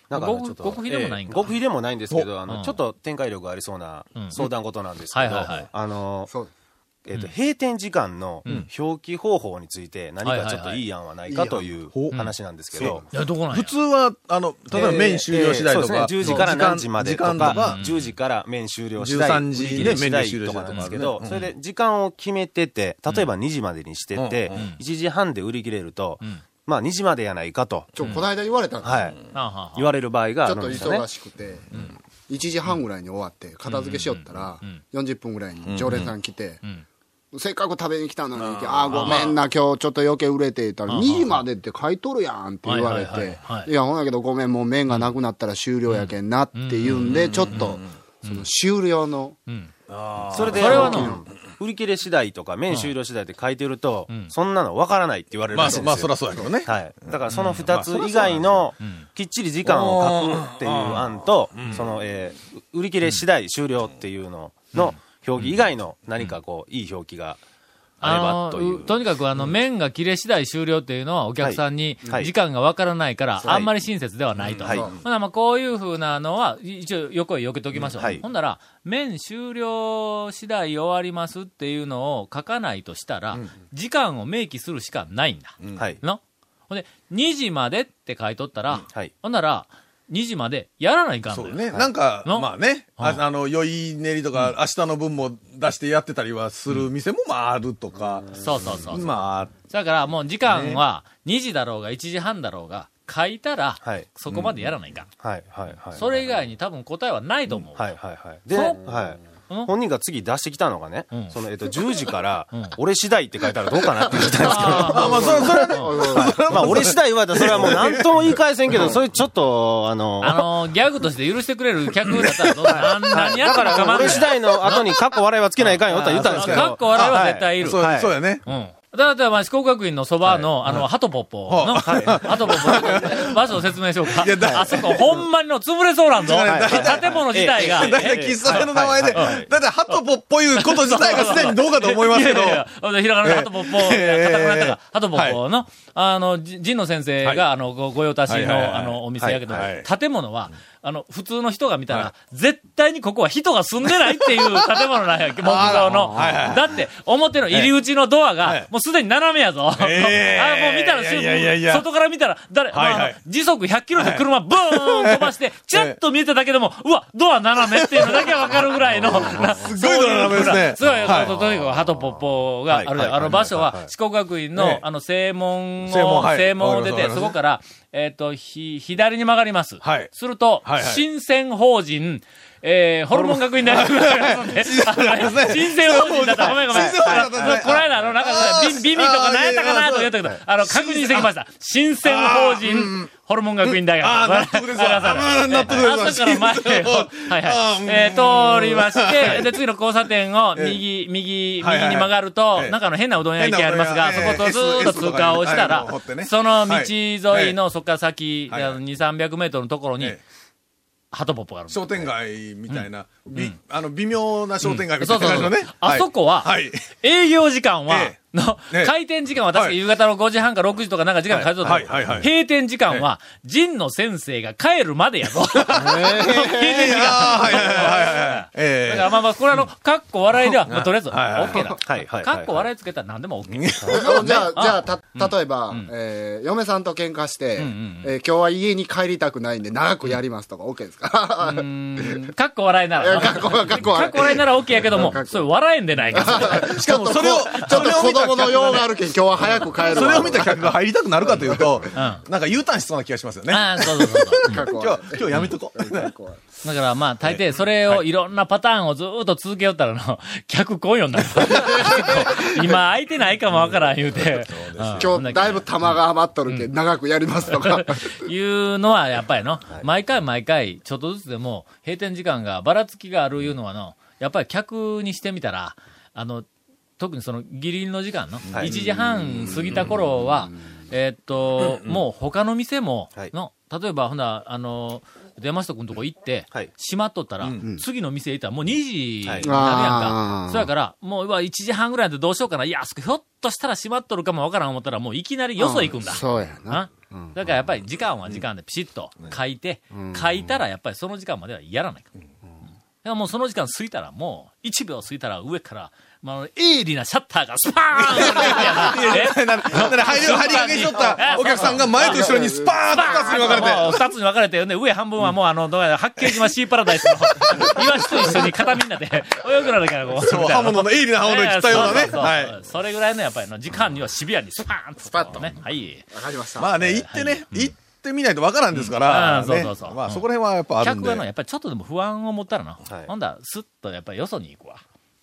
Speaker 6: なんか
Speaker 1: 極
Speaker 6: ちょっと
Speaker 1: 極秘でもないんか
Speaker 6: ええ極秘でもないんですけど、あ
Speaker 1: うん
Speaker 6: の、ちょっと展開力がありそうな
Speaker 1: うん
Speaker 6: 相談事なんですけ
Speaker 1: うん
Speaker 6: ど、
Speaker 1: はいはいはい
Speaker 6: あの、
Speaker 7: そう
Speaker 6: えっと、閉店時間の表記方法について何
Speaker 1: はいはい
Speaker 6: か
Speaker 1: はい
Speaker 6: ちょっといい案はないかという話なんですけど、
Speaker 1: いや、どこなん
Speaker 3: 普
Speaker 1: や
Speaker 3: 通は、あの、例えば麺終了次第と
Speaker 6: えーえ
Speaker 3: か、
Speaker 6: ーそうですね、10時から何時まで
Speaker 3: 時
Speaker 6: と
Speaker 3: 間
Speaker 6: か、
Speaker 3: 時間とか、
Speaker 6: 10時から麺終了次第、
Speaker 3: 13時で
Speaker 6: 売り切
Speaker 3: 麺終了
Speaker 6: れ次第
Speaker 3: 次第
Speaker 6: とかなんですけど、
Speaker 3: うん
Speaker 6: それで時間を決めてて、例えば2時までにしてて、
Speaker 3: うん
Speaker 6: 1時半で売り切れると、
Speaker 1: ん
Speaker 6: まあ2時までやないかと、
Speaker 7: ちょ、こないだ言われたんですよ
Speaker 6: はい、
Speaker 1: あはは
Speaker 6: 言われる場合が
Speaker 7: ち
Speaker 6: あ
Speaker 7: ょ
Speaker 6: る
Speaker 7: っ
Speaker 6: ん
Speaker 7: と
Speaker 6: ですよね
Speaker 7: 忙。しくて、1時半ぐらいに終わって、片付けしよったら、40分ぐらいに常連さん来て、せっかく食べに来たのに、あーごめんな、今日ちょっと余計売れて言ったら、2時までって買い取るやんって言わ
Speaker 1: は
Speaker 7: れ
Speaker 1: いはい
Speaker 7: て
Speaker 1: はいは、い
Speaker 7: いや、ほんやけどごめん、もう麺がなくなったら終了やけんなって言うんで、ちょっと、その終了の、
Speaker 6: それで、
Speaker 1: それは
Speaker 6: あの売り切れ次第とか、麺終了次第って書いてると、そんなのわからないって言われる
Speaker 3: ま
Speaker 6: ら
Speaker 3: あ、
Speaker 6: しい
Speaker 3: そ
Speaker 6: ん
Speaker 3: ま
Speaker 6: で
Speaker 3: あ、
Speaker 6: す
Speaker 3: そ
Speaker 6: よ。
Speaker 3: らそうやけどね。
Speaker 6: はい、 だからその2つ以外のきっちり時間を書くっていう案と、そのえー売り切れ次第終了っていうのの表記以外の何かこういい表記があれば
Speaker 1: あ
Speaker 6: とい
Speaker 1: の
Speaker 6: う。
Speaker 1: とにかくあの、麺が切れ次第終了っていうのはお客さんに
Speaker 6: はい
Speaker 1: 時間がわからないから、
Speaker 6: い
Speaker 1: あんまり親切ではないと。
Speaker 6: はい
Speaker 1: ほんならまあこういうふうなのは、一応横へ避けときましょう。
Speaker 6: うんはい
Speaker 1: ほんなら、麺終了次第終わりますっていうのを書かないとしたら、時間を明記するしかないんだ。
Speaker 6: はい
Speaker 1: のほんで、2時までって書いとったら、
Speaker 6: はい
Speaker 1: ほんなら、2時までやらないかんの
Speaker 3: そう
Speaker 1: よ。
Speaker 3: ね。なんか、
Speaker 1: の
Speaker 3: まあね、ああの、酔い練りとか、明日の分も出してやってたりはする店も、まあ、あるとか。
Speaker 1: そうそうそうそう。
Speaker 3: ま
Speaker 1: だからもう時間は2時だろうが1時半だろうが、書いたら
Speaker 6: はい、
Speaker 1: そこまでやらないかん。
Speaker 6: はいはいはい。
Speaker 1: それ以外に多分答えはないと思う。
Speaker 6: はいはいはい。で、
Speaker 1: そう
Speaker 6: はい
Speaker 1: うん。
Speaker 6: 本人が次出してきたのがね、
Speaker 1: ん
Speaker 6: その、えっと、10時から、俺次第って書いたらどうかなって 言ったんですけど、
Speaker 3: あ、まあまあ、それ、それ、
Speaker 6: まあ、俺次第言われたら、それはもう何とも言い返せんけど、それちょっと、あの、
Speaker 1: あのー、ギャグとして許してくれる客だったらどうな何や
Speaker 6: だ
Speaker 1: った
Speaker 6: からら、
Speaker 1: 構わん
Speaker 6: 俺次第の後に、かっこ笑いはつけないかんよとは言ったんですけど。
Speaker 1: かっこ笑いは絶対いる。
Speaker 3: そう
Speaker 6: はい
Speaker 3: そうやね。
Speaker 1: うん。だって、まあ、四国学院のそばの、あの、ハトポッポの、ハトポッポ、場所を説明しようか。あそこ、ほんまにの潰れそうなんぞ。建物自体が。
Speaker 3: だいたい喫茶店の名前で、だいたいハトポっぽいこと自体がすでにどうかと思いますけど
Speaker 1: い。やいやいや、ひらがなでハトポッポ、
Speaker 3: ええ
Speaker 1: カタカナだった
Speaker 3: ええ
Speaker 1: ら、ハトポッポの、あの、じ神野先生が、あの、ごご用達
Speaker 3: はいはいはい
Speaker 1: の、あの、お店やけど
Speaker 3: はいはい、
Speaker 1: 建物は、あの、普通の人が見たら、絶対にここは人が住んでないっていう 建物なんや、木造の。だって、表の入り口のドア
Speaker 3: は
Speaker 1: が
Speaker 3: い、
Speaker 1: もうすでに斜めや ぞ。あ、もう
Speaker 3: ええ
Speaker 1: 見たら、
Speaker 3: いやいやいやいや
Speaker 1: 外から見たら、誰、ま
Speaker 3: はい
Speaker 1: あ
Speaker 3: は
Speaker 1: あ
Speaker 3: い
Speaker 1: の時速100キロで車ブーン飛 ばして、ちらっと見えただけでも、うわ、ドア斜めっていうのだけはわかるぐらいの、
Speaker 3: すごいドラマですね。
Speaker 1: そうや、
Speaker 3: はい
Speaker 1: ととにかく、ハトポッポがある、
Speaker 6: はいはい
Speaker 1: あの場所
Speaker 6: はい
Speaker 1: は
Speaker 6: は、い
Speaker 1: 四国学院
Speaker 3: ええ
Speaker 1: の、あの、正門を、
Speaker 3: 正門はい
Speaker 1: 正門を出
Speaker 3: わか
Speaker 1: て、
Speaker 3: ります
Speaker 1: そこから、えっ、と、ひ、左に曲がります。
Speaker 3: はい
Speaker 1: すると、
Speaker 3: はいはい
Speaker 1: 新鮮法人、えー、ホルモン学院大学がありますんで 新鮮法人だった。ごめんごめん。
Speaker 3: 新鮮法人だったね
Speaker 1: この間、あの、なんか
Speaker 3: あ、ー
Speaker 1: ビビミとか
Speaker 3: あー
Speaker 1: 何やったかなとか言ったけど
Speaker 3: いやいや、
Speaker 1: あの、確認してきました。新鮮法人、ホルモン学院大学。
Speaker 3: ああ、納得ですわ。ああ、納得ですわ。
Speaker 1: 朝から前を、はいはい、えー通りまして、で、次の交差点を右、右、右に
Speaker 3: はいはい
Speaker 1: 曲がると、
Speaker 3: ええ
Speaker 1: なんかあの変なうどん屋行きありますが、そ
Speaker 3: 変
Speaker 1: こ
Speaker 3: な
Speaker 1: と
Speaker 3: うどん屋
Speaker 1: ずーっと
Speaker 3: S と
Speaker 1: 通
Speaker 3: かね
Speaker 1: 過をした
Speaker 3: はい
Speaker 1: ら
Speaker 3: あの掘って、ね
Speaker 1: その道沿いのそこから先、
Speaker 3: はいはい
Speaker 1: あの2、300メートルのところに
Speaker 3: ええ、
Speaker 1: ハトポッポがあるんです。
Speaker 3: 商店街みたいな、びあの微妙な商店街みた
Speaker 1: そ
Speaker 3: いうな
Speaker 1: そう
Speaker 3: 感じ
Speaker 1: そ
Speaker 3: の
Speaker 1: う
Speaker 3: ね。
Speaker 1: あそこは
Speaker 3: はい。
Speaker 1: 営業時間は
Speaker 3: え、
Speaker 1: の、
Speaker 3: ええ
Speaker 1: 開店時間は確か
Speaker 3: はい
Speaker 1: 夕方の5時半か6時とかなんか時間変えとった
Speaker 3: はいはいはいはい
Speaker 1: 閉店時間は、陣の先生が帰るまで やぞ。 閉店時間。だ
Speaker 3: ああ、はいはいはいはいはい。え
Speaker 1: か
Speaker 3: え
Speaker 1: らまあまあ、これあの、かっこ笑いでは、まあとりあえず、オ
Speaker 3: はいはい
Speaker 1: ッケーだ。
Speaker 6: はいはい。
Speaker 1: かっこ笑いつけたら何でもオッケー。
Speaker 7: じゃあ、じゃあ、た、例えば、えー嫁さんと喧嘩して、えー今日は家に帰りたくないんで、長くやりますとか、OK ですか
Speaker 1: かっこ笑いなら。
Speaker 7: いやかっこ笑いかっこ笑
Speaker 1: かっ
Speaker 7: い
Speaker 1: こ笑いならオッケーやけども
Speaker 7: かっ、こ
Speaker 1: それ笑えんでないか
Speaker 3: しかもそれを、
Speaker 7: ちょっと子供ほど用があるけん、今日は早く帰るわ。
Speaker 3: それを見た客が入りたくなるかというと、なん
Speaker 1: ん
Speaker 3: か U ターンしそうな気がしますよね。
Speaker 1: ああ、そうそうそうそう。
Speaker 7: 過去
Speaker 3: 今
Speaker 7: は
Speaker 3: 日、今日やめとこう。
Speaker 1: だからまあ、大抵それをいろんなパターンをずーっと続けよったら の、客来んようになる。今空いてないかもわからん言うて。
Speaker 7: 今日、だいぶ玉が余っとるけん、長くやりますとか。
Speaker 1: うんいうのはやっぱりの、毎回毎回、ちょっとずつでも閉店時間がばらつきがあるいうのはの、やっぱり客にしてみたら、あの、特にそのギリギリの時間の、
Speaker 6: はい
Speaker 1: 1時半過ぎた頃は、えーっと、もう他の店も
Speaker 6: はい、
Speaker 1: の、例えばほな、あの、山下君のとこ行って
Speaker 6: はい、
Speaker 1: 閉まっとったら、次の店行ったらもう2時にな
Speaker 6: は
Speaker 1: るやん
Speaker 6: い
Speaker 1: か
Speaker 7: あ。ー
Speaker 1: そやから、もううわ1時半ぐらいでどうしようかな。いや、あそこひょっとしたら閉まっとるかもわからん思ったら、もういきなりよそ行くんだ。
Speaker 7: そうやな。
Speaker 1: な。だからやっぱり時間は時間でピシッと書いて、書いたらやっぱりその時間まではやらないから。だからもうその時間過ぎたらもう、1秒過ぎたら上から、まあ、鋭利なシャッターがスパーンえ
Speaker 3: なん でなんで入り、入りかけしとったお客さんが前と後ろにスパーンと2つに分かれて。
Speaker 1: もう二つに分かれて、で上半分はもうあの、どうやら八景島シーパラダイスの、イワシと一緒に片身になって泳ぐなるからこう。
Speaker 3: そう、刃物の、鋭利な刃物に切ったような
Speaker 1: ええ
Speaker 3: ね。
Speaker 1: そうそうそう
Speaker 3: はい。
Speaker 1: それぐらいのやっぱりの時間にはシビアにスパーンと、スパッとね。はい。
Speaker 7: わかりました。
Speaker 3: まあね、行ってね、行ってみないと分からんですか
Speaker 1: う
Speaker 3: ら。
Speaker 1: んそう
Speaker 3: ね
Speaker 1: そうそう
Speaker 3: まあそこら辺はやっぱあるん
Speaker 1: 客
Speaker 3: で
Speaker 1: は。のやっぱりちょっとでも不安を持ったらな、
Speaker 6: はい
Speaker 1: ほんだらすっとやっぱりよそに行くわ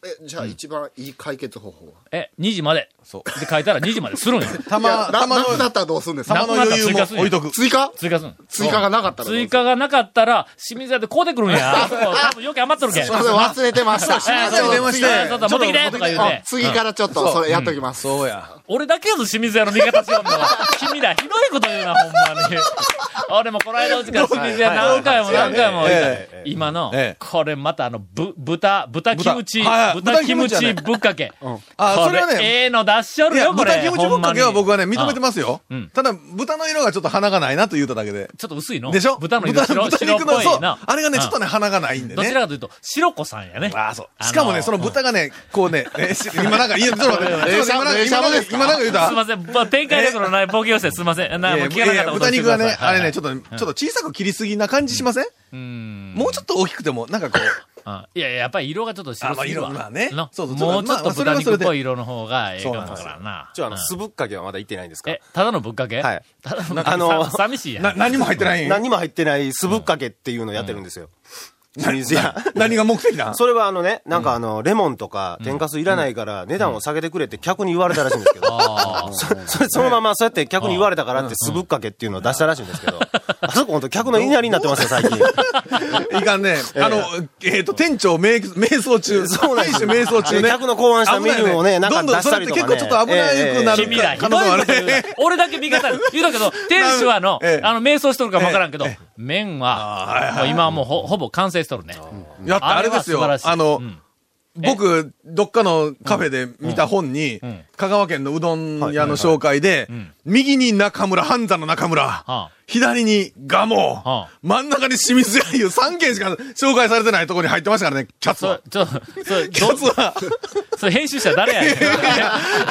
Speaker 7: え、じゃあ一番いい解決方法は
Speaker 1: え2時まで
Speaker 3: そう
Speaker 1: で書いたら2時までするんよ
Speaker 3: た
Speaker 7: いや
Speaker 3: ま、
Speaker 7: な
Speaker 3: たまの
Speaker 7: なくなったらどうすんです
Speaker 3: たま
Speaker 7: か
Speaker 3: の余裕も置いとく。
Speaker 7: 追加
Speaker 1: 追加するん
Speaker 7: 追加がなかったらどうする
Speaker 1: 追加がなかったら清水屋で買うてくるんやあそこ多分余計余っとるけん
Speaker 7: すみませ ん、忘れてました。
Speaker 1: えー
Speaker 3: 水屋に電話 して
Speaker 1: そうそうそう持ってきてとか言う
Speaker 7: あ
Speaker 1: て、
Speaker 7: 次からちょっと、それやっときます。
Speaker 3: そうや。
Speaker 1: 俺だけやぞ、清水屋の味方しよんのは。君ら、ひどいこと言うな、ほんま に。俺もこの間うちから清水屋何回も何回も行った
Speaker 3: え
Speaker 1: 今の
Speaker 3: ええ、
Speaker 1: これまたあの、ぶ、豚、豚キムチ、
Speaker 3: 豚はいはい
Speaker 1: 豚キム
Speaker 3: 豚キムチ
Speaker 1: チ
Speaker 3: やね
Speaker 1: ぶっかけ。こ
Speaker 3: あそれはね
Speaker 1: ええの出しよ
Speaker 3: い
Speaker 1: る
Speaker 3: や、
Speaker 1: よ、これ。
Speaker 3: 豚キムチぶっかけは僕はね、認めて
Speaker 1: す。
Speaker 3: ますよ。ただ、豚の色がちょっと鼻がないなと言うただけで。
Speaker 1: ちょっと薄いの
Speaker 3: でしょ
Speaker 1: 豚の色白
Speaker 3: 豚
Speaker 1: 白っ
Speaker 3: 肉の、
Speaker 1: ぽ
Speaker 3: そう
Speaker 1: いな。。
Speaker 3: あれがね、
Speaker 1: うん
Speaker 3: ちょっとね、鼻がないんで
Speaker 1: ど
Speaker 3: ね
Speaker 1: ちら。かというと、白子さんやね。
Speaker 3: ああ、そう。
Speaker 1: の
Speaker 3: しかもね、その豚がね、こうね、えーし今なん か、いや、ちょっと待って、ちょっと待って
Speaker 7: 冷
Speaker 3: 今
Speaker 7: しゃ
Speaker 3: なんか
Speaker 7: ぶです、か
Speaker 3: 今なんか言うた
Speaker 1: すい。ません、まあ展開力のないボケをしてすいません。なもう聞かなかったこと
Speaker 3: 豚
Speaker 1: にして
Speaker 3: 肉
Speaker 1: くだ
Speaker 3: が
Speaker 1: さい
Speaker 3: ね、あれね、ちょっ
Speaker 1: は
Speaker 3: と、ちょっと小さく切りすぎな感じしませんもうちょっと大きくても、なんかこう、
Speaker 1: いうんいやいや、やっぱり色がちょっと白すぎるわ。
Speaker 3: あまあ色はね
Speaker 1: の
Speaker 3: そうそう
Speaker 1: もうちょっと
Speaker 3: まあまあそ
Speaker 1: 豚
Speaker 3: れはそれ
Speaker 1: 肉っ
Speaker 3: で
Speaker 1: ぽい色の方がええかもわからんな。
Speaker 6: ちょ、あの、
Speaker 1: うん
Speaker 6: 酢ぶっかけはまだ行ってないんですか
Speaker 1: え、ただのぶっかけ
Speaker 6: はい。
Speaker 1: ただのぶっ
Speaker 6: あの
Speaker 1: かけ。さ寂しいやん。
Speaker 3: な、何も入ってない
Speaker 6: 何も入ってない酢ぶっかけっていうのをやってるんですよ。清水屋。
Speaker 3: 何が目的なん
Speaker 6: それはあのね、なんかあの、レモンとか天かすいらないから値段を下げてくれって客に言われたらしいんですけど、 そそれそのままそうやって客に言われたからって酢ぶっかけっていうのを出したらしいんですけど、あそこ本当客の言いなりになってますよ、最 近。
Speaker 3: いかんね。あの、えっと、店長迷瞑想中。 そうなんです瞑想中ね。
Speaker 6: 客の考案したメニューをね、なん
Speaker 3: ど
Speaker 6: か
Speaker 3: んど
Speaker 6: 出
Speaker 3: ん
Speaker 6: し
Speaker 3: そ
Speaker 6: た
Speaker 3: れ
Speaker 6: り
Speaker 3: って
Speaker 6: と
Speaker 3: 結
Speaker 6: か、
Speaker 3: 構
Speaker 6: ね。
Speaker 3: ちょっと危な
Speaker 6: ええええ
Speaker 3: くなる
Speaker 1: 君ら、ひど
Speaker 3: 可
Speaker 1: い
Speaker 3: 能性は
Speaker 1: こと言うな
Speaker 3: ね。
Speaker 1: 俺だけ味 方や言うたけど、店主はの、
Speaker 3: ええ
Speaker 1: あの、瞑想しとるかもわからんけど、麺は、もう今はもうほほぼ完成しとるね。
Speaker 3: やってあれですよ。
Speaker 1: あれは素晴ら
Speaker 3: あ
Speaker 1: しい
Speaker 3: の
Speaker 1: うん、
Speaker 3: 僕、どっかのカフェで見た本に
Speaker 1: ん、
Speaker 3: 香川県のうどん屋の紹介で、右に中村、半座の中村
Speaker 1: あ、
Speaker 3: 左にガモ
Speaker 1: あ、
Speaker 3: 真ん中に清水屋いう3軒しか紹介されてないところに入ってましたからね、キャッツ
Speaker 1: そ
Speaker 3: は
Speaker 1: う。、ちょ、そう、
Speaker 3: キャッツ
Speaker 1: ど、
Speaker 3: は。
Speaker 1: それ編集者誰やね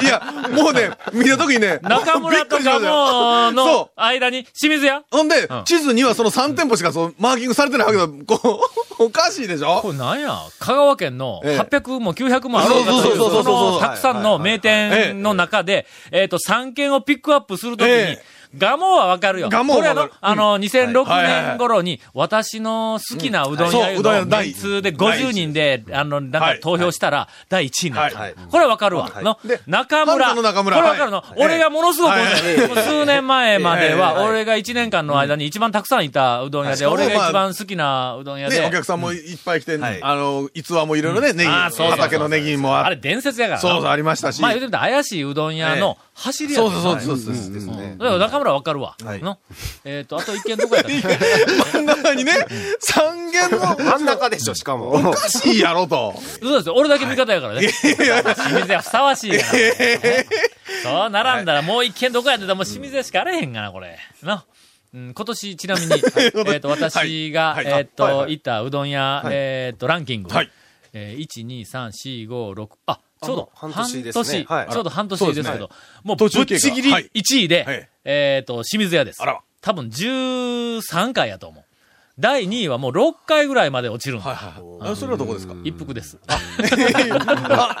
Speaker 1: ん。
Speaker 3: いや、もうね、見たときにね、
Speaker 1: 中村と
Speaker 3: びっくりしま
Speaker 1: か
Speaker 3: したよ
Speaker 1: も、
Speaker 3: そ
Speaker 1: の
Speaker 3: う
Speaker 1: 間に、清水屋
Speaker 3: ほんで、
Speaker 1: うん
Speaker 3: 地図にはその3店舗しかそうマーキングされてないわけだ。こう、 おかしいでしょ
Speaker 1: これなんや香川県の
Speaker 3: ええ
Speaker 1: 800も900もあるのかという
Speaker 3: そうそうそうそうそう
Speaker 1: そのたくさんの名店の中で、えっと、3軒をピックアップするときに
Speaker 3: ええ、
Speaker 1: ガモはわかるよ。
Speaker 3: 蒲生は
Speaker 1: これあ
Speaker 3: わ
Speaker 1: の
Speaker 3: かる、
Speaker 1: あの、2006
Speaker 3: はいはいはい
Speaker 1: 年頃に、私の好きなうどん
Speaker 3: そう
Speaker 1: 屋いう
Speaker 3: どん屋
Speaker 1: の
Speaker 3: の第
Speaker 1: メン
Speaker 3: 一
Speaker 1: ツで50人で、あの、なん
Speaker 3: は
Speaker 1: か
Speaker 3: い
Speaker 1: 投票したら、第1位になっ
Speaker 3: は
Speaker 1: た
Speaker 3: い。
Speaker 1: これはわかるわ。の
Speaker 3: で
Speaker 1: 中村。
Speaker 3: 半田の中村
Speaker 1: これわかるの
Speaker 3: は。い
Speaker 1: 俺がものすごく多い、もう数年前まで
Speaker 3: ええ
Speaker 1: は、
Speaker 3: はい
Speaker 1: 俺が1年間の間に一番たくさんいたうどん屋で、
Speaker 3: はい
Speaker 1: 俺が一番好きなうどん屋で。
Speaker 3: ね、お客さんもいっぱい来て、
Speaker 4: はい
Speaker 3: あの、逸話もいろいろね、ネギ、
Speaker 1: あーそうそうそう
Speaker 3: 畑のネギもあ
Speaker 1: あ
Speaker 3: っ
Speaker 1: れ伝説やからな。
Speaker 3: そうそう、ありましたし。
Speaker 1: まあ言うてみたら怪しいうどん屋の走りや
Speaker 3: そ
Speaker 1: も
Speaker 3: うんそ
Speaker 1: な
Speaker 3: うそうそうそう。
Speaker 1: うんだから中村わかるわ。のえっと、あと一軒どこやったっけ
Speaker 3: 真ん中にね、三軒の、
Speaker 6: 真ん中でしょ、しか も。
Speaker 3: おかしいやろと。
Speaker 1: そうですよ。俺だけ味方やからね。清水屋ふさわしいやな。ね そう並んだらもう一軒どこやってたらもう清水屋しかあれへんがな、これ。な。うん今年ちなみに、えっと、私が、
Speaker 3: はい
Speaker 1: え
Speaker 3: はい
Speaker 1: っ
Speaker 3: はい
Speaker 1: と、
Speaker 3: はい
Speaker 1: 行ったうどん屋、えっと、ランキング。
Speaker 3: はい
Speaker 1: えー、1、2、3、4、5、6、あ、ちょうど
Speaker 6: あも
Speaker 1: 半
Speaker 6: う
Speaker 1: 年
Speaker 6: 半年ですねはい
Speaker 1: ちょうど半年ですけど、もうぶっ
Speaker 3: 途中経過
Speaker 1: ちぎり
Speaker 3: はい
Speaker 1: 1位で、
Speaker 3: はい
Speaker 1: えっ、と、清水屋です。
Speaker 3: あら
Speaker 1: 多分13回やと思う。第2位はもう6回ぐらいまで落ちるんだ。
Speaker 3: はい。あそれはどこですか
Speaker 1: 一服です。
Speaker 3: あ、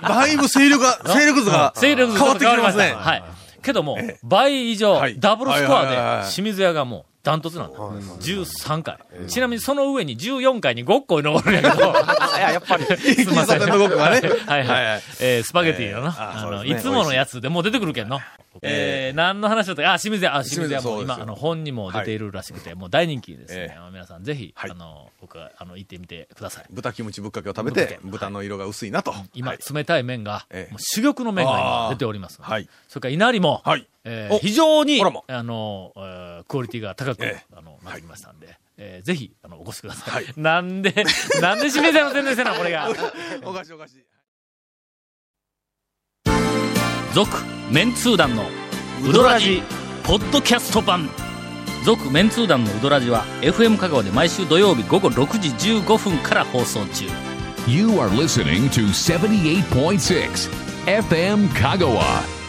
Speaker 3: だいぶ勢力が、勢力図が
Speaker 1: 勢力図
Speaker 3: 変わってきてますね。
Speaker 1: はい。けども、倍以上
Speaker 3: はい、
Speaker 1: ダブルスコ
Speaker 3: はいはいはい
Speaker 1: ア
Speaker 3: は
Speaker 1: で
Speaker 3: い
Speaker 1: 清水屋がもう、ダントツなんだ。13回。ちなみにその上に14回に6個登るんやけど。 やっぱり。 すみません。
Speaker 3: 喫茶店のごっこがね
Speaker 1: はい
Speaker 3: はい
Speaker 1: は
Speaker 3: はいい。
Speaker 1: えースパゲティのな。
Speaker 3: あ
Speaker 1: あ
Speaker 3: そう
Speaker 1: の、
Speaker 3: です
Speaker 1: い
Speaker 3: ね
Speaker 1: つものやつでもう出てくるけんの。えー、何の話だったか、あ、清水屋、あ、清水屋も
Speaker 3: 清水屋そうです
Speaker 1: 今、
Speaker 3: よ
Speaker 1: あの、本にも出ているらしくて、もう大人気ですね
Speaker 3: え。
Speaker 1: 皆さんぜひ、
Speaker 3: はい
Speaker 1: あの、僕は、あの、行ってみてください。
Speaker 3: 豚キムチぶっかけを食べて、豚の色が薄いなと。
Speaker 1: 今、
Speaker 3: はい
Speaker 1: 冷たい麺が、
Speaker 3: ええ
Speaker 1: もう珠玉の麺が今
Speaker 3: あー
Speaker 1: 出ておりますので、
Speaker 3: はい
Speaker 1: それから稲荷も、
Speaker 3: はい
Speaker 1: えー
Speaker 3: お
Speaker 1: 非常に
Speaker 3: あらま
Speaker 1: あの、えークオリティが高く、
Speaker 3: ええ
Speaker 1: あのなってきましたんで、えーぜひあのお越しください。
Speaker 3: はい
Speaker 1: なんで、なんで清水屋の宣伝せな、これが。
Speaker 3: おかしいおかしい。
Speaker 1: 続、メンツー団のウドラジ、ポッドキャスト版。続、メンツー団のウドラジは、FM 香川で毎週土曜日午後6時15分から放送中。
Speaker 2: You are listening to 78.6 FM Kagawa.